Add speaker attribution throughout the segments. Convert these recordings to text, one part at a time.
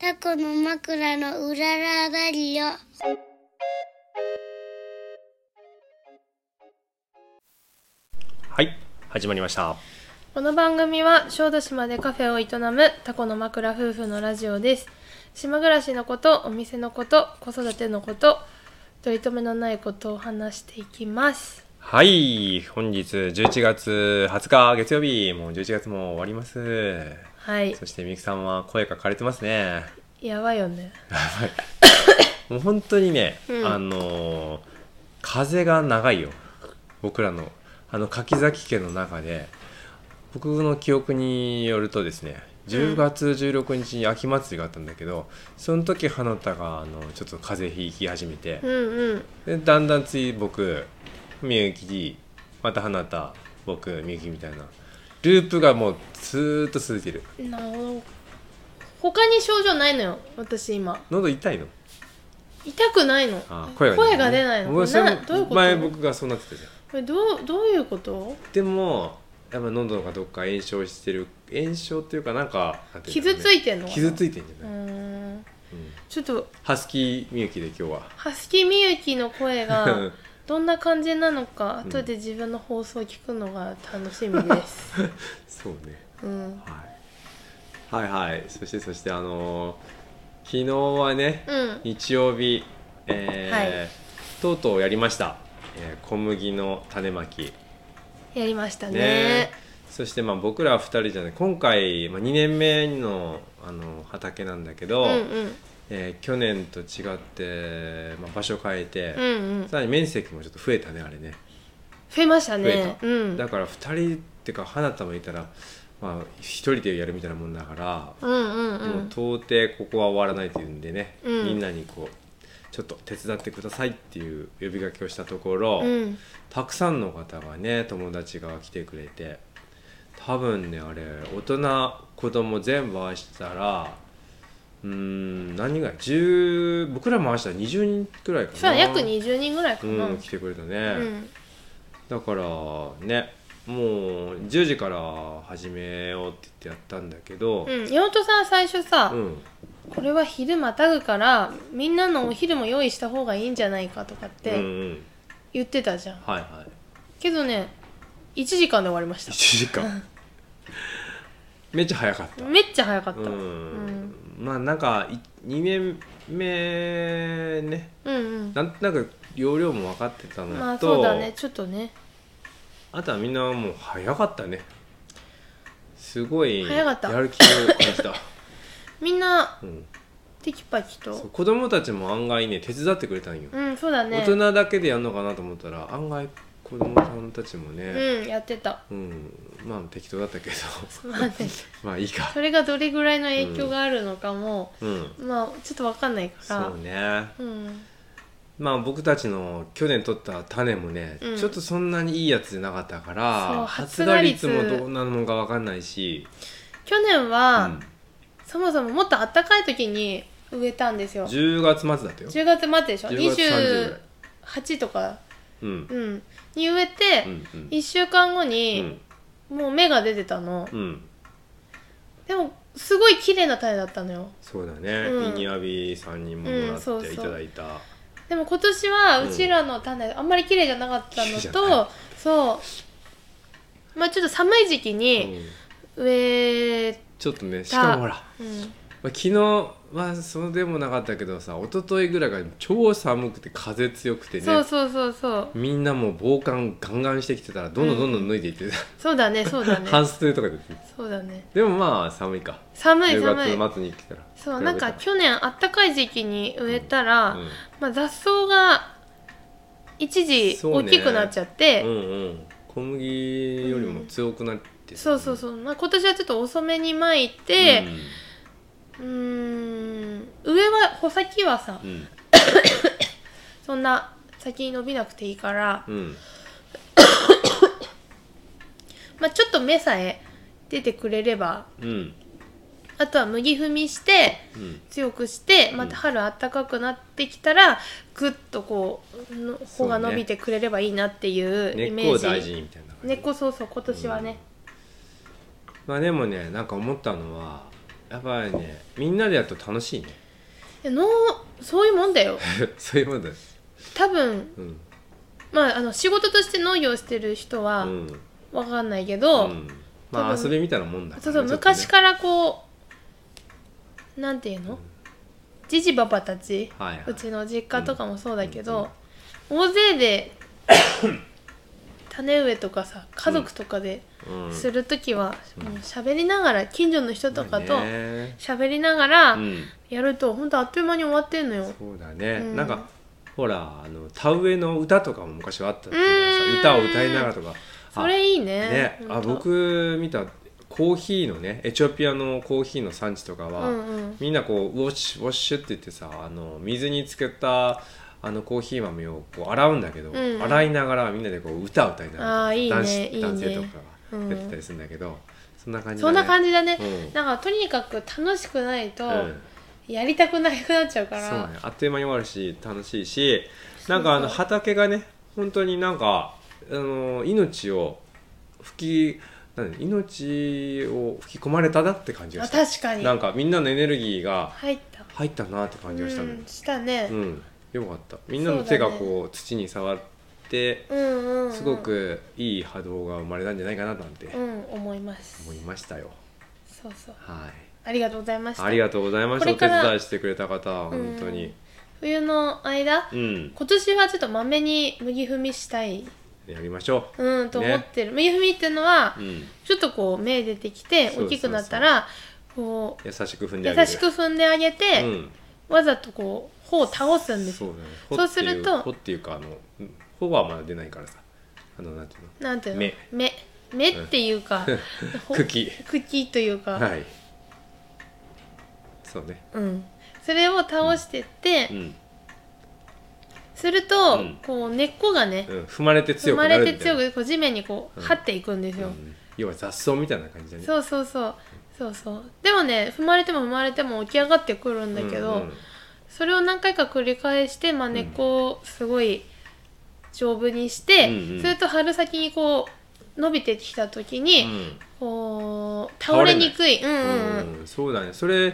Speaker 1: 過去の枕のうららだりよ。
Speaker 2: はい始まりました
Speaker 3: この番組は小豆島でカフェを営むタコの枕夫婦のラジオです島暮らしのことお店のこと子育てのこと取り留めのないことを話していきます
Speaker 2: はい本日11月20日月曜日もう11月も終わります
Speaker 3: はい
Speaker 2: そしてみゆきさんは声が枯れてますね
Speaker 3: やばいよね
Speaker 2: もう本当にね、
Speaker 3: うん
Speaker 2: あのー風が長いよ僕らのあの柿崎家の中で僕の記憶によるとですね10月16日に秋祭りがあったんだけど、その時花田があのちょっと風邪ひき始めて、
Speaker 3: うんうん
Speaker 2: でだんだん次僕みゆきまた花田僕みゆきみたいなループがもうずーっと続いてる
Speaker 3: なお他に症状ないのよ私今
Speaker 2: 喉痛いの
Speaker 3: 痛くないの
Speaker 2: あ
Speaker 3: 声
Speaker 2: 声
Speaker 3: が
Speaker 2: が,、
Speaker 3: 出ないの
Speaker 2: 僕
Speaker 3: こ
Speaker 2: そ
Speaker 3: れ
Speaker 2: れ
Speaker 3: などういうこと
Speaker 2: 前僕がそうなってたじゃん
Speaker 3: これどうどういうこと
Speaker 2: でもやっぱ喉がどっか炎症してる炎症っていうかなんかなんていう
Speaker 3: 傷ついてん
Speaker 2: ん
Speaker 3: の
Speaker 2: だろうね
Speaker 3: かな
Speaker 2: 傷ついてんじゃ
Speaker 3: う
Speaker 2: ない、
Speaker 3: ーん
Speaker 2: うん
Speaker 3: ちょっと
Speaker 2: ハスキーみゆきで今日は
Speaker 3: ハスキーみゆきの声が どんな感じなのか
Speaker 2: うん
Speaker 3: 後で自分の放送を聞くのが楽しみです、
Speaker 2: そうね
Speaker 3: うん、
Speaker 2: はい、はいはいそしてそしてあのー昨日はね、
Speaker 3: うん
Speaker 2: 日曜日、えー
Speaker 3: はい
Speaker 2: とうとうやりました、えー小麦の種まき
Speaker 3: やりましたね
Speaker 2: ねそしてまあ僕ら2人じゃない今回、まあ、2年目のあの畑なんだけど、
Speaker 3: うんうん
Speaker 2: えー去年と違って、まあ、場所変えて、
Speaker 3: うんうん
Speaker 2: さらに面積もちょっと増えたねあれね
Speaker 3: 増えました
Speaker 2: 増え
Speaker 3: ね
Speaker 2: た、
Speaker 3: うん
Speaker 2: だから2人ってか花田もいたら、まあ、1人でやるみたいなもんだから、
Speaker 3: うんうんう
Speaker 2: もうん到底ここは終わらないというんでね、
Speaker 3: うん
Speaker 2: みんなにこうちょっと手伝ってくださいっていう呼びかけをしたところ、
Speaker 3: うん
Speaker 2: たくさんの方がね友達が来てくれて多分ねあれ大人子供全部合わせたらうーん何人ぐらい10僕らも合わせたら20人くらいかな
Speaker 3: そうだ約20人ぐらいかな、う
Speaker 2: うんん来てくれたね、だからねもう10時から始めようって言ってやったんだけど
Speaker 3: うん妹さん最初さ、
Speaker 2: うん
Speaker 3: これは昼またぐからみんなのお昼も用意した方がいいんじゃないかとかっ
Speaker 2: うんう
Speaker 3: て
Speaker 2: ん
Speaker 3: 言ってたじゃん、
Speaker 2: はいはい
Speaker 3: けどね1時間で終わりました
Speaker 2: 1時間めっちゃ早かった
Speaker 3: めっちゃ早かった、
Speaker 2: う
Speaker 3: うん、
Speaker 2: んまあなんか2年目ね
Speaker 3: うんうん
Speaker 2: なんとなく容量も分かってたのと、
Speaker 3: まあそうだねちょっとね
Speaker 2: あとはみんなもう早かったねすごい
Speaker 3: 早かった
Speaker 2: やる気を感 じた、
Speaker 3: みんな
Speaker 2: うん、
Speaker 3: テキパキ
Speaker 2: そう
Speaker 3: と
Speaker 2: 子供たちも案外ね手伝ってくれたんよ、
Speaker 3: うんそうだね
Speaker 2: 大人だけでやるのかなと思ったら案外子供さんたちもね、
Speaker 3: うんやってた
Speaker 2: うんまあ適当だったけど
Speaker 3: まあね
Speaker 2: まあいいか
Speaker 3: それがどれぐらいの影響があるのかも、
Speaker 2: うん
Speaker 3: まあちょっとわかんないから
Speaker 2: そうね
Speaker 3: うん
Speaker 2: まあ僕たちの去年取った種もね、
Speaker 3: うん
Speaker 2: ちょっとそんなにいいやつじゃなかったか
Speaker 3: そう
Speaker 2: ら
Speaker 3: 発
Speaker 2: 発
Speaker 3: 芽
Speaker 2: 芽
Speaker 3: 率
Speaker 2: 率もどうなのか分かんないし、
Speaker 3: 去年
Speaker 2: う
Speaker 3: は、
Speaker 2: ん、
Speaker 3: そもそももっと暖かい時に植えたんですよ
Speaker 2: 10
Speaker 3: 10
Speaker 2: 月末だったよ
Speaker 3: 月末でしょ
Speaker 2: 10月30ぐらい
Speaker 3: 28とか、
Speaker 2: うんうん
Speaker 3: うん、に植えて、
Speaker 2: うん
Speaker 3: 1週間後
Speaker 2: う
Speaker 3: に
Speaker 2: ん、
Speaker 3: もう芽が出てたの、
Speaker 2: うん、
Speaker 3: でもすごい綺麗な種だったのよ
Speaker 2: そうだね、
Speaker 3: う
Speaker 2: イ
Speaker 3: ん
Speaker 2: ニアビさんにもも
Speaker 3: う
Speaker 2: ら
Speaker 3: んそう
Speaker 2: っ
Speaker 3: そ
Speaker 2: て
Speaker 3: う
Speaker 2: いただいた、
Speaker 3: でも今年は
Speaker 2: う
Speaker 3: うんちらの種あんまり綺麗じゃなかった
Speaker 2: 綺
Speaker 3: の
Speaker 2: 麗じゃな
Speaker 3: とそうまあちょっと寒い時期に
Speaker 2: うん
Speaker 3: 植え
Speaker 2: ちょっとねしかもほら、まあ、
Speaker 3: うん
Speaker 2: 昨日はそうでもなかったけどさ一昨日ぐらいが超寒くて風強くてね
Speaker 3: そうそうそうそう
Speaker 2: みんなもう防寒ガンガンしてきてたらどんどんどんどん脱いでいってた、
Speaker 3: そうだねそうだね
Speaker 2: 半袖とかで
Speaker 3: そうだね
Speaker 2: でもまあ寒いか
Speaker 3: 寒い
Speaker 2: 10
Speaker 3: 寒い
Speaker 2: 月末に来たら
Speaker 3: そうなんか
Speaker 2: 比
Speaker 3: 去年あったかい時期に植えたら、
Speaker 2: べ
Speaker 3: まあ、雑草が一時
Speaker 2: そう
Speaker 3: 大
Speaker 2: ね
Speaker 3: きくなっちゃったて
Speaker 2: らうん、うんうん小麦よりも強くなってたね
Speaker 3: そうそうそう、まあ、今年はちょっと遅めにまいてうーん上は穂先はさ、
Speaker 2: うん
Speaker 3: そんな先に伸びなくていいから、
Speaker 2: うんうん
Speaker 3: まあ、ちょっと芽さえ出てくれれば
Speaker 2: うん
Speaker 3: あとは麦踏みして
Speaker 2: うん
Speaker 3: 強くして
Speaker 2: ん
Speaker 3: また春あったかくなってきたらぐっとこうの
Speaker 2: そ
Speaker 3: 穂
Speaker 2: うね
Speaker 3: が伸びてくれればいいなっていうイメ
Speaker 2: 根っこ
Speaker 3: ー
Speaker 2: を
Speaker 3: ジ、
Speaker 2: 大事にみたいな感じ
Speaker 3: 根っこそうそう今年はね、
Speaker 2: まあでもねなんか思ったのはやっぱりねみんなでやると楽しいね
Speaker 3: やのそういうもんだよ
Speaker 2: そういうもんだ
Speaker 3: 多分
Speaker 2: うん
Speaker 3: まああの仕事として農業してる人
Speaker 2: う
Speaker 3: は
Speaker 2: ん
Speaker 3: わかんないけ
Speaker 2: う
Speaker 3: ど、
Speaker 2: んまあ
Speaker 3: 多
Speaker 2: 遊
Speaker 3: 分
Speaker 2: びみたいなもんだ
Speaker 3: そう
Speaker 2: ね
Speaker 3: そ
Speaker 2: ちょっ
Speaker 3: う
Speaker 2: とね
Speaker 3: 昔からこうなんていうのじじばばたち、
Speaker 2: はいはいう
Speaker 3: ちの実家とかもそうだけど、大勢で種植えとかさ家族とかで
Speaker 2: うん
Speaker 3: する時は、もう喋りながら近所の人とかと
Speaker 2: まあね
Speaker 3: 喋りながら
Speaker 2: うん
Speaker 3: やると、ほんとあっという間に終わってんのよ。
Speaker 2: そうだね、
Speaker 3: うん
Speaker 2: なんかほらあの田植えの歌とかも昔はあったっていうかさ
Speaker 3: うん
Speaker 2: 歌を歌いながらとか
Speaker 3: それいい
Speaker 2: あ
Speaker 3: ね。
Speaker 2: ね
Speaker 3: ほんと
Speaker 2: あ僕見たコーヒーのねエチオピアのコーヒーの産地とか
Speaker 3: う
Speaker 2: は、
Speaker 3: んうん。
Speaker 2: みんなこうウォッシュウォッシュって言ってさあの水につけたあのコーヒー豆をこう洗うんだけど、
Speaker 3: うん
Speaker 2: 洗いながらみんなでこう歌を歌いながら
Speaker 3: あーいいね
Speaker 2: 男
Speaker 3: いいね
Speaker 2: 子男性とか
Speaker 3: うん
Speaker 2: がやってたりするんだけど、そんな感じだ
Speaker 3: そんな感じだね。
Speaker 2: うん
Speaker 3: なんかとにかく楽しくないと、
Speaker 2: うん
Speaker 3: やりたくなくなっちゃうから。
Speaker 2: そうねあっという間に終わるし楽しいしなん
Speaker 3: そうそう
Speaker 2: かあの畑がね本当になんかあの命を吹きなんだ命を吹き込まれたなって感じが
Speaker 3: あ
Speaker 2: し
Speaker 3: 確か
Speaker 2: た
Speaker 3: に
Speaker 2: なんかみんなのエネルギーが
Speaker 3: 入った
Speaker 2: 入ったなって感じがしたの
Speaker 3: うん、したね、
Speaker 2: うん、よかったみんなの手がこう土に触って
Speaker 3: うん、うんうん
Speaker 2: すごくいい波動が生まれたんじゃないかななんて
Speaker 3: うん思います
Speaker 2: 思いましたよ
Speaker 3: そうそう
Speaker 2: はい
Speaker 3: ありがとうございました
Speaker 2: ありがとうございました
Speaker 3: こ
Speaker 2: お
Speaker 3: れか
Speaker 2: 手
Speaker 3: ら
Speaker 2: 伝いしてくれた方は本当
Speaker 3: うん
Speaker 2: に
Speaker 3: 冬の間、
Speaker 2: うん
Speaker 3: 今年はちょっとまめに麦踏みしたい
Speaker 2: やりましょ
Speaker 3: うんと思
Speaker 2: ね
Speaker 3: ってる、麦踏みっていうのは、
Speaker 2: ううん
Speaker 3: ちょっとこう芽出てき
Speaker 2: そう
Speaker 3: て
Speaker 2: そうそう
Speaker 3: 大きくなったらこう
Speaker 2: 優しく踏んであげる
Speaker 3: 優しく踏んであげて、
Speaker 2: うん
Speaker 3: わざとこう頬を倒すんです
Speaker 2: そう
Speaker 3: よ
Speaker 2: だね
Speaker 3: そうすると
Speaker 2: ほっていうほっていうかあのほはまだ出ないからさあのなんていうの
Speaker 3: なんていうの
Speaker 2: 芽
Speaker 3: 芽芽っていうか、ほ
Speaker 2: 茎
Speaker 3: 茎というか、
Speaker 2: はいそうね
Speaker 3: うん、それを倒してって、
Speaker 2: うん、
Speaker 3: すると、
Speaker 2: うん
Speaker 3: こう根っこがね、
Speaker 2: うん、踏まれて
Speaker 3: 生
Speaker 2: 強く
Speaker 3: ま
Speaker 2: なる
Speaker 3: れ
Speaker 2: みたい
Speaker 3: て
Speaker 2: な
Speaker 3: 強くこう地面にこう
Speaker 2: うん
Speaker 3: 張っていくんですよ、
Speaker 2: うん要は雑草みたいな感じだね
Speaker 3: そうそうそうそうそうでもね踏まれても踏まれても起き上がってくるんだけど、
Speaker 2: うんうん
Speaker 3: それを何回か繰り返して、まあ、根っこをすごい丈夫にして、
Speaker 2: うんうん
Speaker 3: それと春先にこう伸びてきた時に、
Speaker 2: うん
Speaker 3: こう倒
Speaker 2: 倒
Speaker 3: れ
Speaker 2: れない
Speaker 3: にくいうんうんうん、
Speaker 2: うんそうだねそれ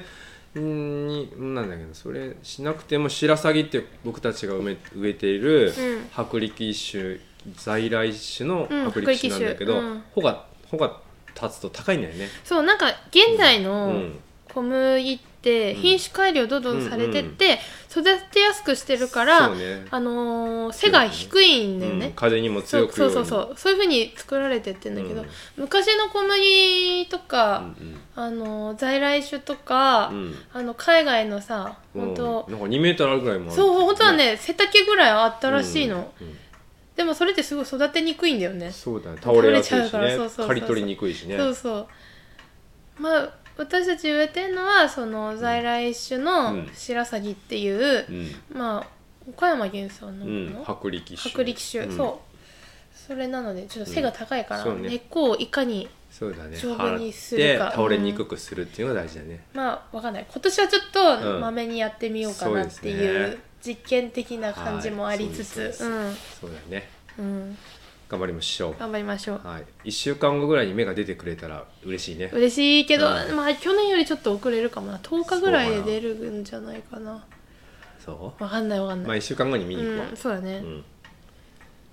Speaker 2: になんだけどそれしなくても白鷺って僕たちが植え植えている
Speaker 3: うん
Speaker 2: 薄力一種在来種の
Speaker 3: うん
Speaker 2: 薄力種なんだけど、
Speaker 3: 薄力種うん
Speaker 2: 穂が穂が立つと高いんだよね。
Speaker 3: そうなんか現在
Speaker 2: う
Speaker 3: の
Speaker 2: ん
Speaker 3: 小麦って
Speaker 2: うん
Speaker 3: 品種改良どんどんされてって、育てやすくしてるから、
Speaker 2: そうね
Speaker 3: あのー背が低いんだよ
Speaker 2: うん
Speaker 3: ね。
Speaker 2: 風にも
Speaker 3: そ
Speaker 2: 強
Speaker 3: う
Speaker 2: く
Speaker 3: そうそうそううそういうふうに作られてってんだけど、
Speaker 2: うん
Speaker 3: 昔の小麦とか、
Speaker 2: にうん
Speaker 3: あのー在来種とか、
Speaker 2: うん
Speaker 3: あの海外のさ
Speaker 2: うん
Speaker 3: 本当、
Speaker 2: なんか2メートルあるぐらいもある
Speaker 3: そう本当はね背丈ぐらいあったらしいの、、
Speaker 2: うんうん
Speaker 3: でもそれってすごい育てにくいんだよね
Speaker 2: そうだね倒れやすい
Speaker 3: 倒れちゃう
Speaker 2: し
Speaker 3: からそうそう
Speaker 2: ね
Speaker 3: そう
Speaker 2: 刈り取りにくいしね
Speaker 3: そうそうまあ私たち植えてんのはその在来種
Speaker 2: う
Speaker 3: の
Speaker 2: ん
Speaker 3: 白鷺っていう、
Speaker 2: うん
Speaker 3: まあ岡山原産な
Speaker 2: う
Speaker 3: の
Speaker 2: ん
Speaker 3: かな、
Speaker 2: 薄力種
Speaker 3: 薄力種、
Speaker 2: ん
Speaker 3: そうそれなのでちょっと背が高いから、
Speaker 2: うんそうね
Speaker 3: 根っこをいかに
Speaker 2: そうだね
Speaker 3: 丈夫にするか
Speaker 2: 払って倒れにくくするっていうのが大事だね、
Speaker 3: まあわかんない今年はちょっと
Speaker 2: うん
Speaker 3: まめにやってみようか
Speaker 2: そう
Speaker 3: なっ
Speaker 2: です
Speaker 3: て
Speaker 2: ね
Speaker 3: いう、実験的な感じもありつ
Speaker 2: はい
Speaker 3: つ、
Speaker 2: そうですそうだね
Speaker 3: うん、うん、
Speaker 2: 頑張りましょ
Speaker 3: 頑張りましょう
Speaker 2: う、はい、1週間後ぐらいに芽が出てくれたら嬉しいね
Speaker 3: 嬉しいけど、
Speaker 2: うん
Speaker 3: まあ去年よりちょっと遅れるかもな10日ぐらいで出るんじゃないかな
Speaker 2: そ
Speaker 3: わかんないわかん
Speaker 2: う
Speaker 3: ない、
Speaker 2: まあ1週間後に見に行くわ、
Speaker 3: うんそうだね、
Speaker 2: うん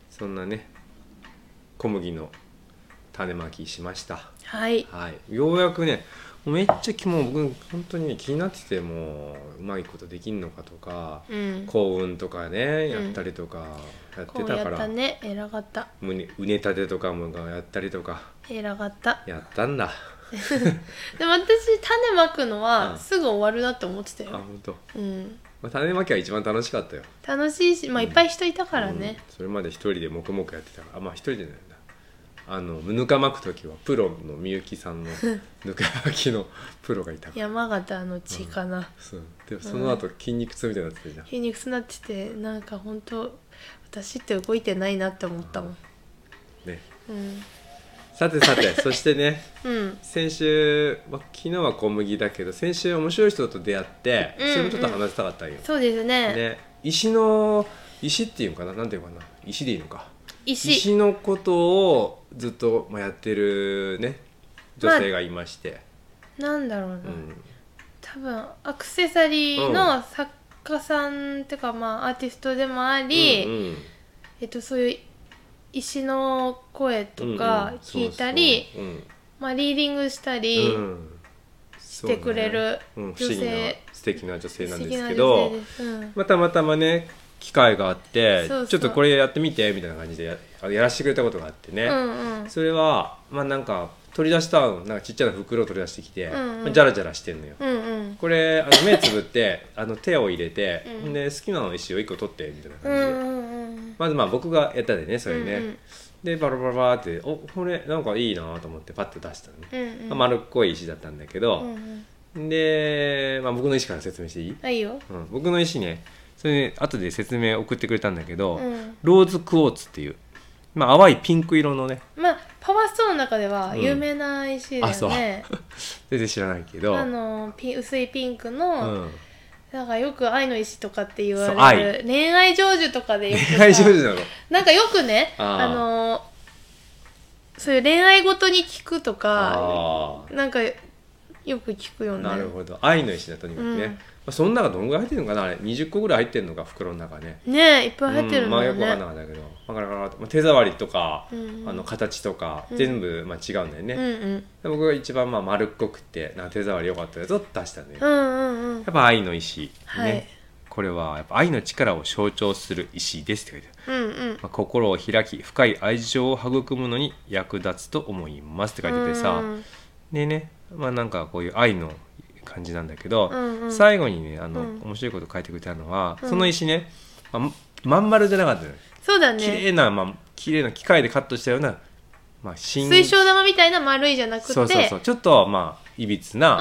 Speaker 2: そんなね小麦の種まきしました
Speaker 3: はい
Speaker 2: はいようやくねめっちゃきもう僕本当にね気になっててもううまいことできんのかとか、
Speaker 3: うん
Speaker 2: 幸運とかね
Speaker 3: うん
Speaker 2: やったりとかやって
Speaker 3: こ
Speaker 2: た
Speaker 3: うや
Speaker 2: か
Speaker 3: っ
Speaker 2: ら、
Speaker 3: たね偉かった
Speaker 2: うねうねたてとかもやったりとか
Speaker 3: 偉かった
Speaker 2: やったんだ
Speaker 3: でも私種まくの
Speaker 2: う
Speaker 3: は
Speaker 2: ん
Speaker 3: すぐ終わるなって思ってた
Speaker 2: あ
Speaker 3: よ、
Speaker 2: 本当。
Speaker 3: うん、
Speaker 2: まあ、種まきは一番楽しかったよ
Speaker 3: 楽しいしまあいっぱい人いたからね、
Speaker 2: うんそれまで一人で黙々やってたからあまあ一人でなんだあのぬかまく時はプロのみゆきさんのぬかまきのプロがいたから
Speaker 3: 山形の地かな、
Speaker 2: そうでもその後筋肉痛みたいになってたじゃん
Speaker 3: 筋肉痛になっててなんか本当私って動いてないなって思ったもん
Speaker 2: ね
Speaker 3: うん、
Speaker 2: さてさ てそしてね
Speaker 3: うん、
Speaker 2: 先週、まあ、昨日は小麦だけど先週面白い人と出会って
Speaker 3: うんうん
Speaker 2: それもちょっと話したかったんよ、
Speaker 3: そうですね
Speaker 2: ね石の石っていうのかななんていうのかな石でいいのか
Speaker 3: 石
Speaker 2: 石のことをずっとまあやってるね女性がいまして、
Speaker 3: なんだろうな、
Speaker 2: うん
Speaker 3: 多分アクセサリー
Speaker 2: う
Speaker 3: の作家さんっていうかまあアーティストでもあり、
Speaker 2: うんうん
Speaker 3: えっと、そういう石の声とか
Speaker 2: うんうん
Speaker 3: 聞いたり、
Speaker 2: そうそううん
Speaker 3: まあ、リーディングしたり、
Speaker 2: うん
Speaker 3: してくれる
Speaker 2: そうねうん、不
Speaker 3: 女
Speaker 2: 思議な
Speaker 3: 性
Speaker 2: 素敵な女性なん
Speaker 3: 素
Speaker 2: で
Speaker 3: 敵
Speaker 2: す
Speaker 3: な
Speaker 2: け
Speaker 3: 女
Speaker 2: ど
Speaker 3: 性です、うん
Speaker 2: またまたまね機会があって
Speaker 3: そうそう
Speaker 2: ちょっとこれやってみてみたいな感じでやあのやらせてくれたことがあってね、
Speaker 3: うんうん
Speaker 2: それはまあなんか取り出したなんかちっちゃな袋を取り出してきて、
Speaker 3: うんうん
Speaker 2: まあ、じゃらじゃらしてんのよ、
Speaker 3: うんうん
Speaker 2: これあの目つぶってあの手を入れて、
Speaker 3: うん
Speaker 2: で好きなの石を1個取ってみたいな
Speaker 3: う
Speaker 2: 感じで、
Speaker 3: んうんうん
Speaker 2: まずまあ僕がやったでねそれね、
Speaker 3: うんうん
Speaker 2: でバラバラバラっておこれなんかいいなと思ってパッと出したのね、
Speaker 3: うん
Speaker 2: まあ
Speaker 3: うん
Speaker 2: 丸っこい石だったんだけど、
Speaker 3: うんうん
Speaker 2: で、まあ、僕の意思から説明していい、
Speaker 3: あいいよ
Speaker 2: うん、僕の意思ねそれね後で説明送ってくれたんだけど、
Speaker 3: うん
Speaker 2: ローズクォーツっていう、まあ、淡いピンク色のね
Speaker 3: まあパワーストーンの中では有名な石だ
Speaker 2: あそ
Speaker 3: よ
Speaker 2: う
Speaker 3: ね、
Speaker 2: 全然知らないけど
Speaker 3: あのピン薄いピンク
Speaker 2: う
Speaker 3: の、
Speaker 2: ん、
Speaker 3: なんかよく愛の石とかって言
Speaker 2: そう
Speaker 3: われ
Speaker 2: 愛
Speaker 3: る恋愛成就とかでよくさ
Speaker 2: 恋愛上手なの
Speaker 3: なんかよくね
Speaker 2: あ
Speaker 3: あ
Speaker 2: ー
Speaker 3: のそういう恋愛ごとに聞くとか
Speaker 2: あ
Speaker 3: なんかよく聞くよ
Speaker 2: あ
Speaker 3: ね
Speaker 2: なるほど愛の石だとにかくね、
Speaker 3: うん
Speaker 2: まあ、その中どんぐらい入ってるのかなあれ20個ぐらい入ってるのか袋の中ね
Speaker 3: ねえいっぱい入って
Speaker 2: う
Speaker 3: る
Speaker 2: ん
Speaker 3: ん
Speaker 2: まあ
Speaker 3: だ
Speaker 2: よ
Speaker 3: よ
Speaker 2: くわかんなか
Speaker 3: ね
Speaker 2: ったけど、まあガラガラガラとまあ手触りとか、
Speaker 3: うん
Speaker 2: あの形とか、
Speaker 3: うん
Speaker 2: 全部まあ違うんだよね、
Speaker 3: うんうん
Speaker 2: で僕が一番まあ丸っこくてなんか手触り良かったやつを出したんだよ、
Speaker 3: うんうんうん
Speaker 2: やっぱ愛の石、
Speaker 3: はい
Speaker 2: ねこれはやっぱ愛の力を象徴する石ですって書いてある、
Speaker 3: うんうん
Speaker 2: まあ、心を開き深い愛情を育むのに役立つと思いますって書いててさ、
Speaker 3: うん
Speaker 2: でねまあなんかこういう愛の感じなんだけど、
Speaker 3: うんうん
Speaker 2: 最後にねあの、
Speaker 3: うん
Speaker 2: 面白いこと書いてくれたのは、
Speaker 3: うん
Speaker 2: その石ね、まあ、まん丸じゃなかったのよ
Speaker 3: そうだ
Speaker 2: 綺
Speaker 3: ね
Speaker 2: 麗な、まあ綺麗な機械でカットしたような、まあ、新
Speaker 3: 水晶玉みたいな丸いじゃなくて
Speaker 2: そうそうそうちょっとまあいびつな丸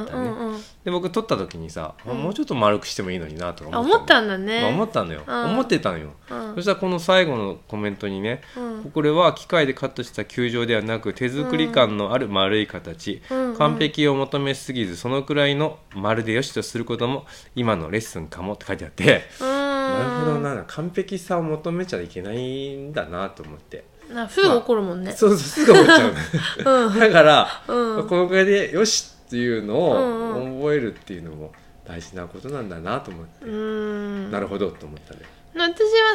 Speaker 2: だったね、
Speaker 3: うんうんうん
Speaker 2: で僕撮った時にさ、あ
Speaker 3: うん
Speaker 2: もうちょっと丸くしてもいいのになとか
Speaker 3: あ
Speaker 2: 思
Speaker 3: 思
Speaker 2: っ
Speaker 3: ったた
Speaker 2: の
Speaker 3: んだね、
Speaker 2: まあ思ったのよ、
Speaker 3: うん
Speaker 2: 思ってたのよ、
Speaker 3: うん
Speaker 2: そしたらこの最後のコメントにね、
Speaker 3: うん
Speaker 2: これは機械でカットした球状ではなく手作り感のある丸い形、
Speaker 3: うんうん
Speaker 2: 完璧を求めすぎずそのくらいの丸でよしとすることも今のレッスンかもって書いてあって、
Speaker 3: うーん
Speaker 2: なるほどな完璧さを求めちゃいけないんだなと思って、
Speaker 3: なすぐ怒るもんね、
Speaker 2: そうそうすぐ思っちゃうの
Speaker 3: うん
Speaker 2: だから、
Speaker 3: うん
Speaker 2: このぐらいでよしっていうのを
Speaker 3: う
Speaker 2: 覚えるっていうのも大事なことなんだなと思って、
Speaker 3: うーん
Speaker 2: なるほどと思ったね。
Speaker 3: 私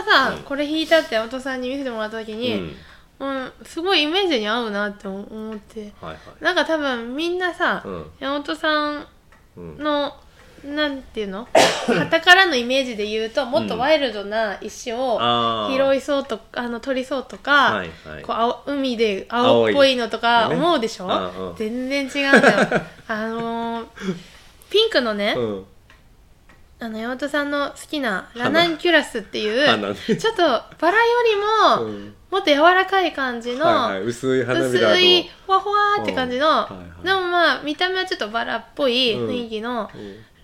Speaker 3: はさ、
Speaker 2: うん
Speaker 3: これ弾いたってお父さんに見せてもらった時
Speaker 2: う
Speaker 3: に、
Speaker 2: ん、
Speaker 3: うん、すごいイメージに合うなって思って
Speaker 2: はいはい。
Speaker 3: なんか多分みんなさ、
Speaker 2: うん
Speaker 3: 山本さん
Speaker 2: うん、
Speaker 3: のなんてい うの旗からのイメージで言うともっとワイルドな石を
Speaker 2: あー
Speaker 3: 拾いそうとあの取りそうとか、
Speaker 2: はいはい
Speaker 3: こう青海で青っぽいのとか
Speaker 2: 青いね
Speaker 3: 思うでしょ、
Speaker 2: うんうん
Speaker 3: 全然違うんだ よあのーピンクのね、
Speaker 2: うん、
Speaker 3: あの山本さんの好きなラナンキュラスっていう
Speaker 2: 花ね
Speaker 3: ちょっとバラより
Speaker 2: う
Speaker 3: も、
Speaker 2: ん
Speaker 3: もっと柔らかい感じの、
Speaker 2: はいはい、薄い花びらの
Speaker 3: 薄いふわふわって感じの、
Speaker 2: うんはいはい
Speaker 3: でもまあ見た目はちょっとバラっぽい雰囲気の、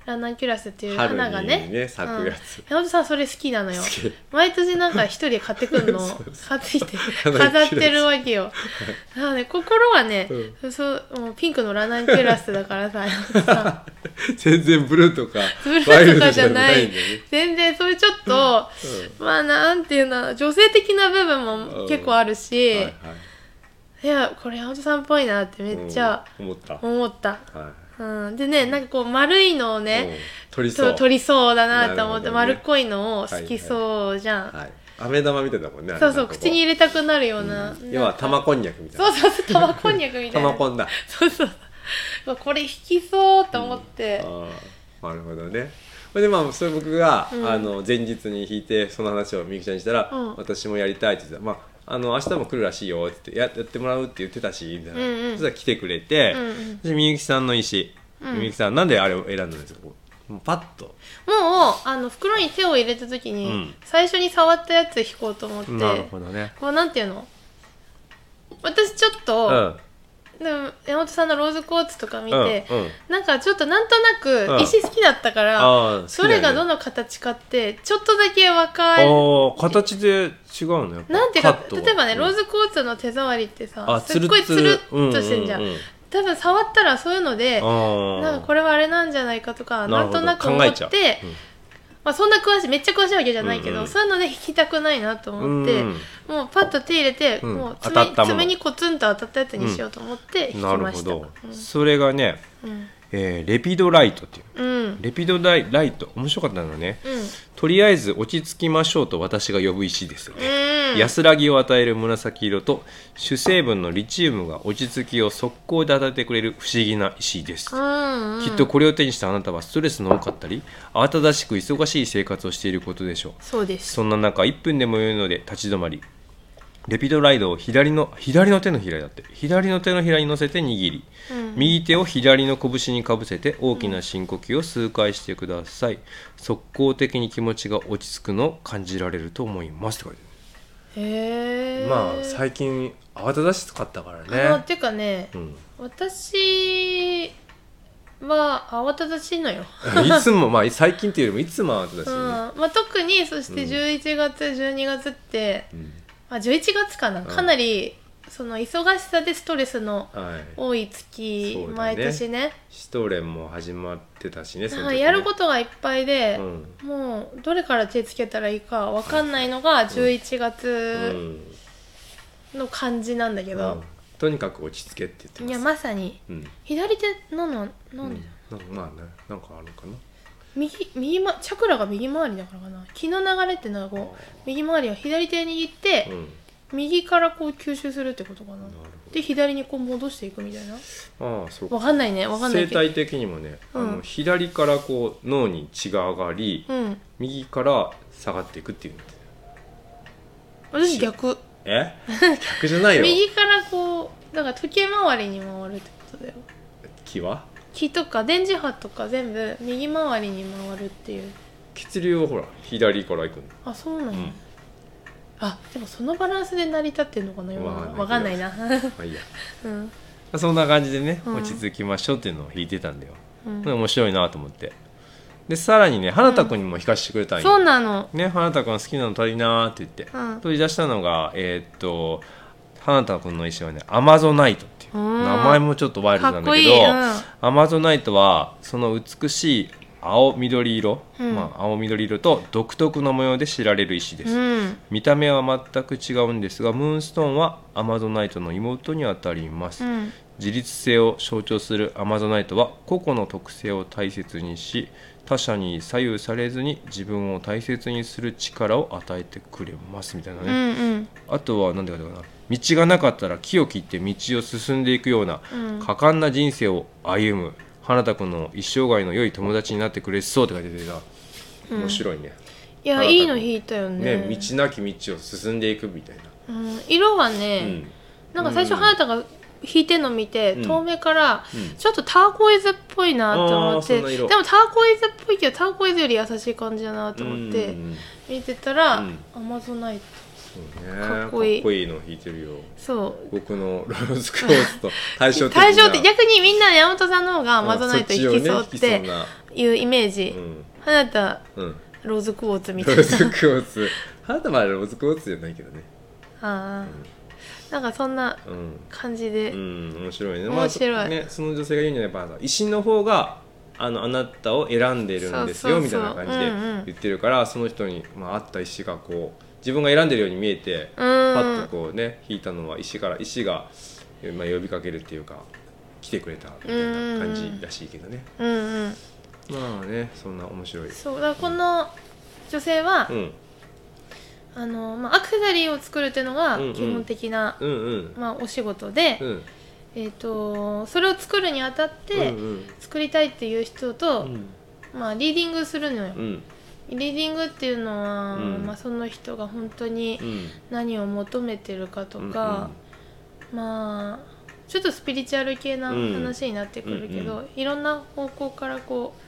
Speaker 3: ラナンキュラスっていう
Speaker 2: 春に
Speaker 3: 花がね
Speaker 2: ね咲くやつ
Speaker 3: うん、山本さんそれ好きなのよ
Speaker 2: 好き
Speaker 3: 毎年なんか一人で買ってく んの買ってきて
Speaker 2: ラナンキュ
Speaker 3: 飾
Speaker 2: ラ
Speaker 3: っ
Speaker 2: ス
Speaker 3: てるわけよだからね心はね、そうもうピンクのラナンキュラスだからさ さ
Speaker 2: うん全然ブルーとか
Speaker 3: ブルーとかじゃな
Speaker 2: ワイ
Speaker 3: い
Speaker 2: ルドじゃんだね
Speaker 3: 全然そういうちょっと、まあなんていうの女性的な部分も結構あるし、
Speaker 2: はいはい
Speaker 3: い、やこれ山本さんっぽいなってめっちゃ
Speaker 2: うん思った、は
Speaker 3: 思った、
Speaker 2: い
Speaker 3: うん、でねなんかこう丸いのを
Speaker 2: う
Speaker 3: ね
Speaker 2: ん、取りそ
Speaker 3: と
Speaker 2: う
Speaker 3: 取りそうだなと思
Speaker 2: なるほ
Speaker 3: って、
Speaker 2: どね
Speaker 3: 丸っこいのを好きそうじゃん、
Speaker 2: はい、飴玉みたいだもんねあれ
Speaker 3: そうそ
Speaker 2: なん
Speaker 3: う
Speaker 2: かこ
Speaker 3: 口に入れたくなるような、なんか
Speaker 2: 要は玉こんにゃくみたい
Speaker 3: そ
Speaker 2: な
Speaker 3: うそうそう玉こんにゃくみたいな
Speaker 2: 玉こんだ
Speaker 3: そうそううわこれ引きそうと思って、
Speaker 2: ああなるほどねでまあそれ僕が、
Speaker 3: うん
Speaker 2: あの前日に弾いてその話をみゆきちゃんにしたら、
Speaker 3: うん
Speaker 2: 私もやりたいって言ってた、まあ、あの明日も来るらしいよって言ってややってもらうって言ってたしみたいな、
Speaker 3: うんうん
Speaker 2: そしたら来てくれて、
Speaker 3: うんうん
Speaker 2: そしてみゆきさんの石、
Speaker 3: うん
Speaker 2: みゆきさんなんであれを選んだんですかこうもうパッと
Speaker 3: もうあの袋に手を入れた時に、
Speaker 2: うん
Speaker 3: 最初に触ったやつ引こうと思って
Speaker 2: なるほどね
Speaker 3: こうなんていうの私ちょっ
Speaker 2: う
Speaker 3: と、
Speaker 2: ん
Speaker 3: でも山本さんのローズコーツとか見て、
Speaker 2: うんうん
Speaker 3: なんかちょっとなんと
Speaker 2: う
Speaker 3: な
Speaker 2: ん
Speaker 3: く石好きだったから、
Speaker 2: ああ
Speaker 3: それがど
Speaker 2: ん
Speaker 3: の形かってちょっとだけ分かる
Speaker 2: ああ形で違うのよやっぱ
Speaker 3: なんていうか
Speaker 2: カットは
Speaker 3: 例えばね、
Speaker 2: うん
Speaker 3: ローズコーツの手触りって
Speaker 2: あ
Speaker 3: さす
Speaker 2: ツ
Speaker 3: っ
Speaker 2: ル
Speaker 3: ごい
Speaker 2: ツ
Speaker 3: つ
Speaker 2: ル
Speaker 3: るっとしてんじゃん,、
Speaker 2: ううう
Speaker 3: 多分触ったらそういうので
Speaker 2: ああ
Speaker 3: なんかこれはあれなんじゃないかと
Speaker 2: な
Speaker 3: かな
Speaker 2: る
Speaker 3: ん
Speaker 2: ほど
Speaker 3: となく思っ
Speaker 2: 考えちゃう
Speaker 3: て、
Speaker 2: うん
Speaker 3: まあ、そんな詳しいめっちゃ詳しいわけじゃないけど、
Speaker 2: うんうん
Speaker 3: そういうので引きたくないなと思って、
Speaker 2: うん
Speaker 3: もうパッと手入れて、
Speaker 2: うん
Speaker 3: もう
Speaker 2: 当た
Speaker 3: 爪
Speaker 2: ったもの
Speaker 3: 爪にコツンと当たったやつにしようと思って引き
Speaker 2: なる
Speaker 3: ま
Speaker 2: ほ
Speaker 3: した、うん
Speaker 2: ど、それがね
Speaker 3: うん
Speaker 2: ええーレピドライトっていう
Speaker 3: うん
Speaker 2: レピドライライト面白かったのがね、とりあえず落ち着きましょうと私が呼ぶ石ですよね、
Speaker 3: うん
Speaker 2: 安らぎを与える紫色と主成分のリチウムが落ち着きを速攻で与えてくれる不思議な石です、
Speaker 3: うん
Speaker 2: きっとこれを手にしたあなたはストレスの多かったり慌ただしく忙しい生活をしていることでしょう
Speaker 3: そうです
Speaker 2: そんな中1分でも良いので立ち止まりレピドライドを左の左の手のひらだって左の手のひらに乗せて握り、
Speaker 3: うん
Speaker 2: 右手を左の拳にかぶせて大きな深呼吸を数回してください、速攻的に気持ちが落ち着くのを感じられると思いますって書いてあ
Speaker 3: へえ
Speaker 2: るまあ最近慌ただしかったか
Speaker 3: あの
Speaker 2: らね
Speaker 3: てかね
Speaker 2: うん
Speaker 3: 私は慌ただしいのよ、
Speaker 2: いつもまあ最近っていうよりもいつも慌ただし
Speaker 3: う
Speaker 2: い
Speaker 3: ん
Speaker 2: ね、
Speaker 3: まあ、特にそして
Speaker 2: うん
Speaker 3: 11月、12月って、
Speaker 2: うん
Speaker 3: まあ、11月かな、
Speaker 2: ん
Speaker 3: かなりその忙しさでストレスの
Speaker 2: はい
Speaker 3: 多い月、
Speaker 2: そうだね
Speaker 3: 毎年ね
Speaker 2: シトレンも始まってたしねその時
Speaker 3: は
Speaker 2: ね
Speaker 3: いやることがいっぱいで
Speaker 2: う、ん
Speaker 3: もうどれから手つけたらいいかわかんないのが11
Speaker 2: う
Speaker 3: 月
Speaker 2: ん
Speaker 3: の感じなんだけ
Speaker 2: うん
Speaker 3: ど、
Speaker 2: とにかく落ち着けって言っ
Speaker 3: い
Speaker 2: て
Speaker 3: や
Speaker 2: ます
Speaker 3: まさに
Speaker 2: うん
Speaker 3: 左手なのなんで、
Speaker 2: うんなんまあねなんかあるのかな
Speaker 3: 右右、ま、チャクラが右回りだからかな気の流れってのはこう右回りは左手に握って、
Speaker 2: うん
Speaker 3: 右からこう吸収するってことかな
Speaker 2: るほど
Speaker 3: で左にこう戻していくみたいな
Speaker 2: ああそう
Speaker 3: わかんないねわかんない
Speaker 2: 生
Speaker 3: けど
Speaker 2: 態的にもね、
Speaker 3: うん
Speaker 2: あの左からこう脳に血が上がり、
Speaker 3: うん
Speaker 2: 右から下がっていくっていうんだよ
Speaker 3: 私逆
Speaker 2: え逆じゃないよ
Speaker 3: 右からこうだから時計回りに回るってことだよ
Speaker 2: 気は
Speaker 3: 気とか電磁波とか全部右回りに回るっていう
Speaker 2: 血流をほら左から行くんだ
Speaker 3: あそうなんだ、
Speaker 2: うん
Speaker 3: あでもそのバランスで成り立ってるのかな今はわ
Speaker 2: わ
Speaker 3: か
Speaker 2: か
Speaker 3: ん
Speaker 2: ん
Speaker 3: な
Speaker 2: ないい
Speaker 3: な
Speaker 2: まあいいや
Speaker 3: うん
Speaker 2: そんな感じでね
Speaker 3: うん
Speaker 2: 落ち着きましょうっていうのを弾いてたんだよ、
Speaker 3: うん
Speaker 2: で面白いなと思ってでさらにね花田君にも弾かせてくれたんよ、
Speaker 3: そうなの
Speaker 2: ね花田君好きなの足りなーって言って、
Speaker 3: うん
Speaker 2: 取り出したのがえーっと花田君の石はねアマゾナイトっていう
Speaker 3: うん
Speaker 2: 名前もちょっとワイルドなんだけど
Speaker 3: かっこいい
Speaker 2: アマゾナイトはその美しい青緑色、
Speaker 3: うん
Speaker 2: まあ、青緑色と独特の模様で知られる石です、
Speaker 3: うん
Speaker 2: 見た目は全く違うんですがムーンストーンはアマゾナイトの妹にあたります、
Speaker 3: うん
Speaker 2: 自立性を象徴するアマゾナイトは個々の特性を大切にし他者に左右されずに自分を大切にする力を与えてくれますみたいな
Speaker 3: う
Speaker 2: ね、
Speaker 3: んうん
Speaker 2: あとは何て書いてあるかな道がなかったら木を切って道を進んでいくような
Speaker 3: うん
Speaker 2: 果敢な人生を歩む花田君の一生涯の良い友達になってくれそうって書いててさ
Speaker 3: うん
Speaker 2: 面白いね,、
Speaker 3: いや
Speaker 2: 新たない
Speaker 3: いの引いたよね
Speaker 2: ね道なき道を進んでいくみたいな、
Speaker 3: うん、色は
Speaker 2: う
Speaker 3: ね、
Speaker 2: ん
Speaker 3: なんか最
Speaker 2: う
Speaker 3: 初
Speaker 2: ん
Speaker 3: 花田が弾いてるの見て、
Speaker 2: うん
Speaker 3: 遠目から
Speaker 2: うん
Speaker 3: ちょっとターコイズっぽいなと思っ
Speaker 2: あ
Speaker 3: て
Speaker 2: ーそんな
Speaker 3: で
Speaker 2: 色
Speaker 3: もターコイズっぽいけどターコイズより優しい感じだなと思って
Speaker 2: うん
Speaker 3: 見てたら、
Speaker 2: うん
Speaker 3: アマゾナイト
Speaker 2: そうね
Speaker 3: かっこいい
Speaker 2: かっこいいの弾いてるよ
Speaker 3: そう
Speaker 2: 僕のローズクロー ズと対照的な
Speaker 3: 対照的逆にみんな山本さんの方がアマゾナイト弾きそうっ
Speaker 2: そっちをね
Speaker 3: て
Speaker 2: 弾
Speaker 3: いうイメージ、
Speaker 2: きそうな
Speaker 3: 花田
Speaker 2: うんうん
Speaker 3: ローズクォーツみ
Speaker 2: ロ
Speaker 3: たい
Speaker 2: ー
Speaker 3: な
Speaker 2: ズクローズ花田はローズクローズじゃないけどね
Speaker 3: あーなんかそんな
Speaker 2: うん
Speaker 3: 感じで、
Speaker 2: うん面白いね
Speaker 3: 面白い
Speaker 2: まあね、その女性が言うんじゃないかな石の方があのあなたを選んでるんですよ
Speaker 3: そうそうそう
Speaker 2: みたいな
Speaker 3: うんう
Speaker 2: 感
Speaker 3: ん
Speaker 2: じで言ってるから、その人に、まあ、合った石がこう自分が選んでるように見えて、
Speaker 3: う
Speaker 2: パ
Speaker 3: ん
Speaker 2: ッとこうね引いたのは石から石が、まあ、呼びかけるっていうか来てくれたみたいな感じらしいけどね、
Speaker 3: うんうん
Speaker 2: まあねそんな面白い
Speaker 3: そうだからこの女性は、
Speaker 2: うん
Speaker 3: あのまあ、アクセサリーを作るっていうのが
Speaker 2: うんうん
Speaker 3: 基本的な、
Speaker 2: うんうん
Speaker 3: まあ、お仕事で、
Speaker 2: うん
Speaker 3: えー、とそれを作るにあたって、
Speaker 2: うんうん
Speaker 3: 作りたいっていう人と、
Speaker 2: うん
Speaker 3: まあ、リーディングするのよ、
Speaker 2: うん
Speaker 3: リーディングっていうのは、
Speaker 2: うん
Speaker 3: まあ、その人が本当に
Speaker 2: うん
Speaker 3: 何を求めてるかと
Speaker 2: うん
Speaker 3: か、まあちょっとスピリチュアル系な話になってくるけど、
Speaker 2: うんう
Speaker 3: いろんな方向からこう、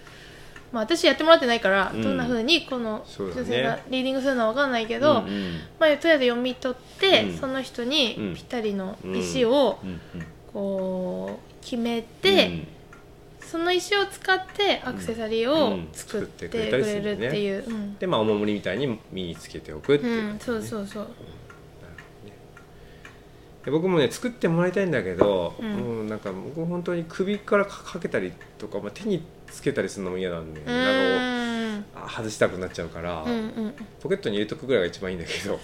Speaker 3: まあ、私やってもらってないから、
Speaker 2: うん
Speaker 3: どんな風にこの
Speaker 2: そうだね
Speaker 3: 女性がリーディングするのは分かんないけど、
Speaker 2: うんうん
Speaker 3: まあ、とりあえず読み取って、
Speaker 2: うん
Speaker 3: その人
Speaker 2: う
Speaker 3: に
Speaker 2: ん
Speaker 3: ぴったりの石を
Speaker 2: うんうん
Speaker 3: こう決めて、
Speaker 2: うん
Speaker 3: その石を使ってアクセサリーを
Speaker 2: うん
Speaker 3: 作っ
Speaker 2: 作っ
Speaker 3: て
Speaker 2: て
Speaker 3: く
Speaker 2: くれたりす
Speaker 3: れ
Speaker 2: るん
Speaker 3: る
Speaker 2: だよ
Speaker 3: っ
Speaker 2: ね
Speaker 3: ていう、うん
Speaker 2: でまあお守りみたいに身につけておくっていう、
Speaker 3: うんそうそうそう
Speaker 2: で僕もね作ってもらいたいんだけど、
Speaker 3: うん
Speaker 2: もうなんか僕本当に首からかかけたりとか、まあ、手につけたりするのも嫌なんで、
Speaker 3: う
Speaker 2: なんか
Speaker 3: ん
Speaker 2: こうあ外したくなっちゃうから、
Speaker 3: うんうん
Speaker 2: ポケットに入れとくぐらいが一番いいんだけど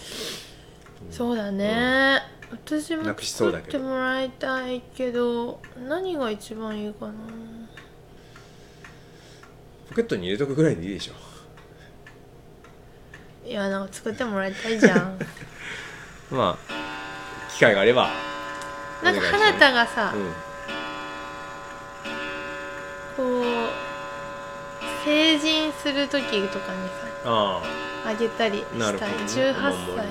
Speaker 3: そうだね、私も
Speaker 2: なくしそ
Speaker 3: 作
Speaker 2: うだ
Speaker 3: っ
Speaker 2: けど
Speaker 3: てもらいたいけど何が一番いいかな
Speaker 2: ポケットに入れとくぐらいでいいでしょ
Speaker 3: いやなんか作ってもらいたいじ ゃん
Speaker 2: まあ機会があれば
Speaker 3: なんか
Speaker 2: お願いします
Speaker 3: 花田がさ、
Speaker 2: うん
Speaker 3: こう成人する時とかに
Speaker 2: あ
Speaker 3: さあげたりし
Speaker 2: あなるほ
Speaker 3: た
Speaker 2: ど、
Speaker 3: い、
Speaker 2: ね、
Speaker 3: 18歳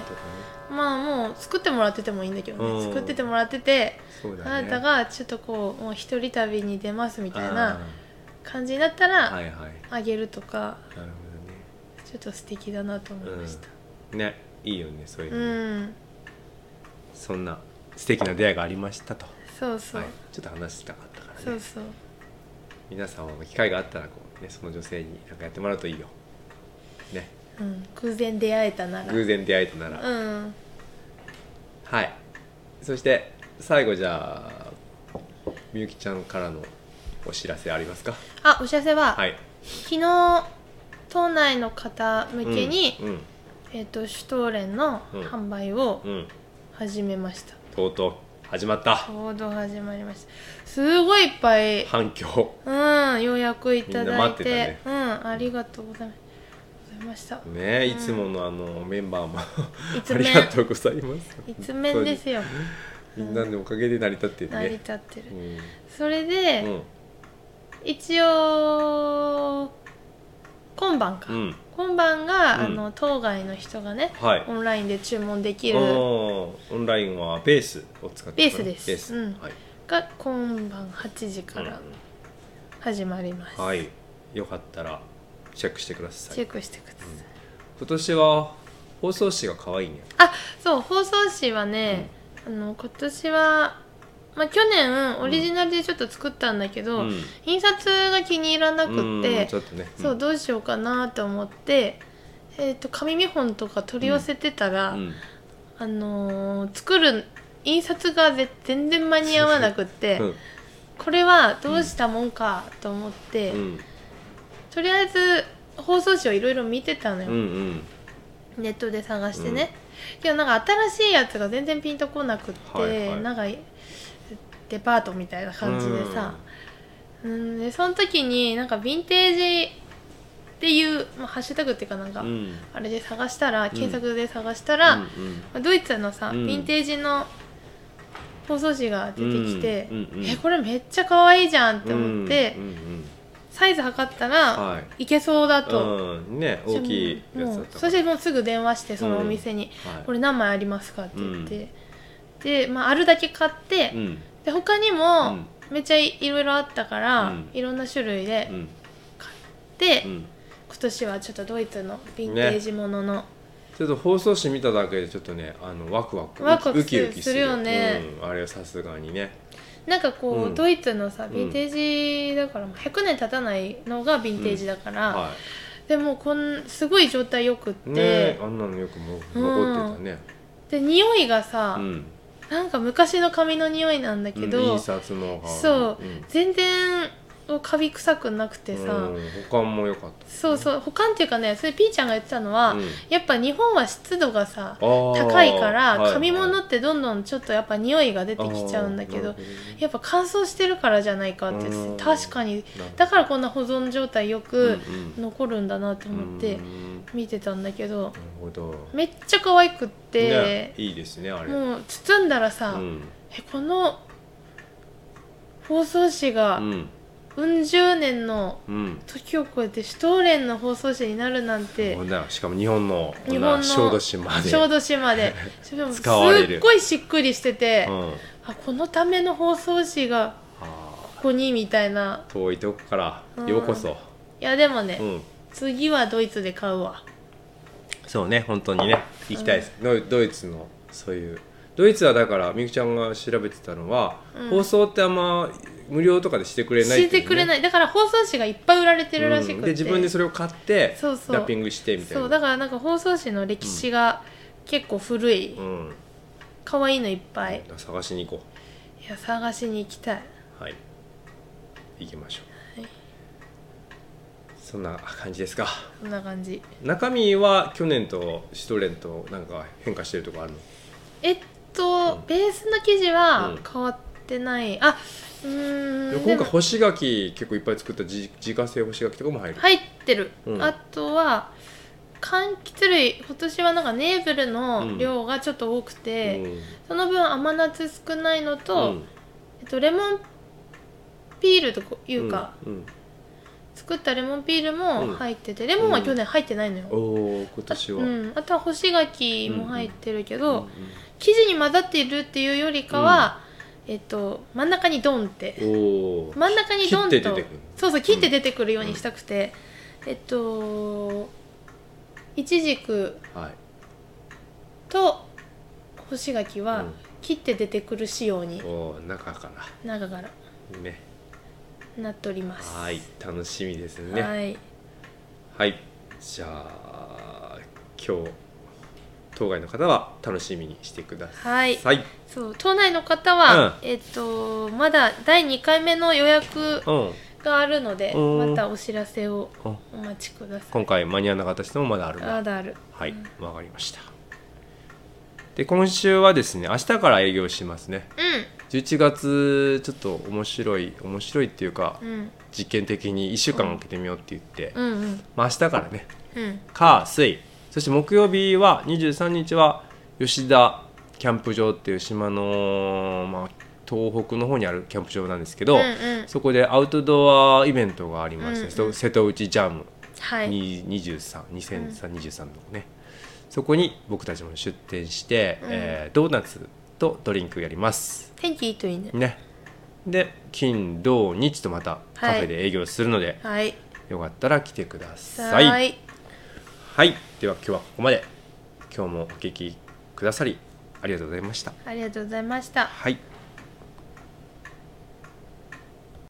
Speaker 3: まあもう作ってもらっててもいいんだけど
Speaker 2: う
Speaker 3: ね、
Speaker 2: ん
Speaker 3: 作っててもらってて、
Speaker 2: そうだ、ね、
Speaker 3: あなたがちょっとこうもう一人旅に出ますみ
Speaker 2: み
Speaker 3: たいな感じになったら
Speaker 2: はいはいなる
Speaker 3: あげるとか
Speaker 2: ほどね
Speaker 3: ちょっと素敵だなと思いました
Speaker 2: ねいいよねそういう
Speaker 3: う
Speaker 2: の
Speaker 3: ん
Speaker 2: ね、、そんな素敵な出会いがありましたと、
Speaker 3: そうそう、
Speaker 2: はい、ちょっと話したかったからね
Speaker 3: そうそう
Speaker 2: 皆さんも機会があったらこう、ね、その女性になんかやってもらうといいよ、ね、
Speaker 3: うん偶然出会えたなら
Speaker 2: 偶然出会えたなら、
Speaker 3: うん
Speaker 2: はいそして最後じゃあみゆきちゃんからのお知らせありますか
Speaker 3: あお知らせは、
Speaker 2: はい
Speaker 3: 昨日島内の方向けに、
Speaker 2: うん
Speaker 3: えっとシュトーレンの
Speaker 2: うん
Speaker 3: 販売を
Speaker 2: うん、うん、
Speaker 3: 始めました、
Speaker 2: とうとう始まった
Speaker 3: ちょうど始まりましたすごいいっぱい
Speaker 2: 反響
Speaker 3: うん予約いた
Speaker 2: みんな
Speaker 3: だい
Speaker 2: 待っててたね
Speaker 3: うんありがとうございまございました
Speaker 2: ねいつものあのメンバーも
Speaker 3: いつ
Speaker 2: あり
Speaker 3: 面
Speaker 2: がとうございます
Speaker 3: いつ面ですよ
Speaker 2: みんなのおかげで成り立ってる
Speaker 3: 成り
Speaker 2: ね
Speaker 3: 立ってる
Speaker 2: うん
Speaker 3: それで、
Speaker 2: うん
Speaker 3: 一応今晩か、
Speaker 2: うん
Speaker 3: 今晩が、
Speaker 2: うん
Speaker 3: あの当該の人がね
Speaker 2: はい
Speaker 3: オンラインで注文できる
Speaker 2: おーオンラインはベースを使ってるから
Speaker 3: ベースです
Speaker 2: ベース、
Speaker 3: うん
Speaker 2: はい
Speaker 3: が今晩8時から
Speaker 2: う
Speaker 3: 始まります、
Speaker 2: んはいよかったらチェックしてくださ
Speaker 3: チェ
Speaker 2: い
Speaker 3: ックしてください、
Speaker 2: 今年は放送紙が可愛いね
Speaker 3: あそう放送紙はね、あの今年は、まあ、去年オリジナルでちょっと作ったんだけど、
Speaker 2: うん
Speaker 3: 印刷が気に入らなくっ
Speaker 2: う
Speaker 3: て
Speaker 2: んちょっとね
Speaker 3: そうどうしようかなと思って、えー、と紙見本とか取り寄せてたら、
Speaker 2: うん
Speaker 3: あのー作る印刷がぜ全然間に合わなくって、
Speaker 2: うん
Speaker 3: これはどうしたもんかと思って、
Speaker 2: うん
Speaker 3: とりあえず放送紙をいろいろ見てたのよ、
Speaker 2: うんうん
Speaker 3: ネットで探してね、けどなんか新しいやつが全然ピンとこなくって、
Speaker 2: はいはい
Speaker 3: なんかデパートみたいな感じでさ、うん、でその時になんかヴィンテージっていう、まあ、ハッシュタグっていうかなんか、
Speaker 2: うんうん
Speaker 3: あれで探したら検索で探したら、
Speaker 2: うん
Speaker 3: まあドイツのさ、
Speaker 2: うん
Speaker 3: ヴィンテージの包装紙が出てきて、
Speaker 2: うんうんうん
Speaker 3: えこれめっちゃ可愛いじゃんって思って、
Speaker 2: うんうん
Speaker 3: サイズ測った
Speaker 2: うん
Speaker 3: ら
Speaker 2: はい
Speaker 3: いけそうだと、
Speaker 2: うんね大きいやつだ
Speaker 3: も
Speaker 2: っ
Speaker 3: う
Speaker 2: た
Speaker 3: そしてもうすぐ電話してそのお店に、
Speaker 2: はい
Speaker 3: これ何枚ありますか?」って言って、で、まあ、あるだけ買って、
Speaker 2: うん
Speaker 3: で他に
Speaker 2: う
Speaker 3: も
Speaker 2: ん
Speaker 3: めっちゃいいろいろあったから、
Speaker 2: うん
Speaker 3: いろんな種類で
Speaker 2: うん
Speaker 3: 買って、
Speaker 2: うん
Speaker 3: 今年はちょっとドイツのヴィンテージものの、
Speaker 2: ちょっと放送紙見ただけでちょっとねあのワクワク
Speaker 3: ワクワク
Speaker 2: ウキウキ
Speaker 3: するよね
Speaker 2: うん、あれはさすがにね
Speaker 3: なんかこう、
Speaker 2: うん
Speaker 3: ドイツのさヴィンテージだからもう100年経たないのがヴィンテージだから、
Speaker 2: は
Speaker 3: でもこんすごい状態よくって、
Speaker 2: いねあんなのよくも残ってたね
Speaker 3: で匂いがさ、
Speaker 2: うん
Speaker 3: なんか昔の紙の匂いなんだけど、
Speaker 2: うん印刷のが
Speaker 3: そう、
Speaker 2: ん
Speaker 3: 全然こうカビ臭くなくてさ、
Speaker 2: うん、保管も良かった
Speaker 3: そうそう保管っていうかねそれピーちゃんが言ってたのは、
Speaker 2: うん
Speaker 3: やっぱ日本は湿度がさ
Speaker 2: 高
Speaker 3: 高いから紙物ってどんどんちょっとやっぱ匂いが出てきちゃうんだけどやっぱ乾燥してるからじゃないかって言ってて
Speaker 2: うん
Speaker 3: 確かにだからこんな保存状態よく残るんだなと
Speaker 2: と
Speaker 3: 思って
Speaker 2: な
Speaker 3: 見てたんだけど
Speaker 2: るほど
Speaker 3: めっちゃ可愛くっ
Speaker 2: ね
Speaker 3: て、
Speaker 2: いいですねあれ
Speaker 3: もう包んだらさ、
Speaker 2: うん
Speaker 3: えこの包装紙
Speaker 2: う
Speaker 3: が
Speaker 2: ん
Speaker 3: うん十年の
Speaker 2: うん
Speaker 3: 時を超えてシュトーレンの包装紙になるなんて
Speaker 2: ほんならしかも日本の
Speaker 3: 日本の
Speaker 2: 小豆島で
Speaker 3: 小豆島 でしかも
Speaker 2: 使われる
Speaker 3: すっごいしっくりしてて、
Speaker 2: うん
Speaker 3: あこのための包装紙が
Speaker 2: あ
Speaker 3: ここにみたいな
Speaker 2: ー遠いとこから
Speaker 3: うん
Speaker 2: ようこそ
Speaker 3: いやでもね、
Speaker 2: うん
Speaker 3: 次はドイツで買うわ
Speaker 2: そうね本当にね行きたいです、ドイドイツのそういうドイツはだからみゆきちゃんが調べてたのは、
Speaker 3: うん
Speaker 2: 放送ってあんま無料とかでしてくれない
Speaker 3: 教えてくれ
Speaker 2: い
Speaker 3: ないだから包装紙がいっぱい売られて
Speaker 2: て
Speaker 3: る
Speaker 2: う
Speaker 3: らしくて、
Speaker 2: ん、で自分でそれを買って
Speaker 3: そうそう
Speaker 2: ラッピングしてみたいな
Speaker 3: そうだからなんか包装紙の歴史が結構古い
Speaker 2: うん、
Speaker 3: 可愛、いのいっぱい
Speaker 2: 探しに行こ
Speaker 3: いや探しに行きたいう
Speaker 2: はい行きましょう、
Speaker 3: はい
Speaker 2: そんな感じですか
Speaker 3: こんな感じ
Speaker 2: 中身は去年とシュトレンとなんか変化してるとこあるの
Speaker 3: えっと、ベースの生地
Speaker 2: う
Speaker 3: は
Speaker 2: ん
Speaker 3: 変わってないあうーん
Speaker 2: でも今回干し柿結構いっぱい作った自自家製干し柿とかも入る、
Speaker 3: 入ってる、
Speaker 2: うん
Speaker 3: あとは柑橘類今年はなんかネーブルの量がちょっと多くて、その分甘夏少ないの
Speaker 2: うん
Speaker 3: と、えっと、レモンピールというか、、
Speaker 2: うんうん
Speaker 3: 作ったレモンピールも入ってて、レモンは去年入ってないのよ、
Speaker 2: おお今年は、
Speaker 3: うん、あとは干し柿も入ってるけど、
Speaker 2: うん
Speaker 3: 生地に混ざっているっていうよりかは、えっと真ん中にドンって
Speaker 2: うんおお
Speaker 3: 真ん中にドンと
Speaker 2: 切って出てくる
Speaker 3: そうそう切って出てくるようにしたくて、えっといちじく
Speaker 2: はい
Speaker 3: と干し柿
Speaker 2: う
Speaker 3: は
Speaker 2: ん
Speaker 3: 切って出てくる仕様に
Speaker 2: おー中から
Speaker 3: 長柄
Speaker 2: ね
Speaker 3: なっております
Speaker 2: はい楽しみですねはい、
Speaker 3: はい
Speaker 2: じゃあ今日当該の方は楽しみにしてくださ
Speaker 3: はい
Speaker 2: い、はい、
Speaker 3: そう都内の方は、
Speaker 2: う
Speaker 3: えっとまだ第2回目の予約
Speaker 2: うん
Speaker 3: があるので、
Speaker 2: うん
Speaker 3: またお知らせを
Speaker 2: あ
Speaker 3: お待ちください
Speaker 2: 今回間に合わなかった人もまだあるもん
Speaker 3: まだある
Speaker 2: はい
Speaker 3: うん、
Speaker 2: わかりました。で、今週はですね、明日から営業しますね。11月、ちょっと面白い、面白いっていうか
Speaker 3: う、んうん
Speaker 2: 実験的に1週間空けてみようって言って、
Speaker 3: うんうん
Speaker 2: まあ明日からね、
Speaker 3: うん
Speaker 2: 火、水、そして木曜日は、23日は、吉田キャンプ場っていう島の、まあ、東北の方にあるキャンプ場なんですけど、
Speaker 3: うんうん
Speaker 2: そこでアウトドアイベントがありまして、
Speaker 3: うんうん
Speaker 2: 瀬戸内ジャム
Speaker 3: はい
Speaker 2: に23 2023のね、そこに僕たちも出店して、
Speaker 3: うん
Speaker 2: えードーナツとドリンクやります
Speaker 3: 天気いいといいね
Speaker 2: ねで金土日とまたカフェで営業するので、
Speaker 3: はい
Speaker 2: よかったら来てください
Speaker 3: は
Speaker 2: はい、
Speaker 3: い
Speaker 2: では今日はここまで今日もお聞きくださりありがとうございました
Speaker 3: ありがとうございました
Speaker 2: はい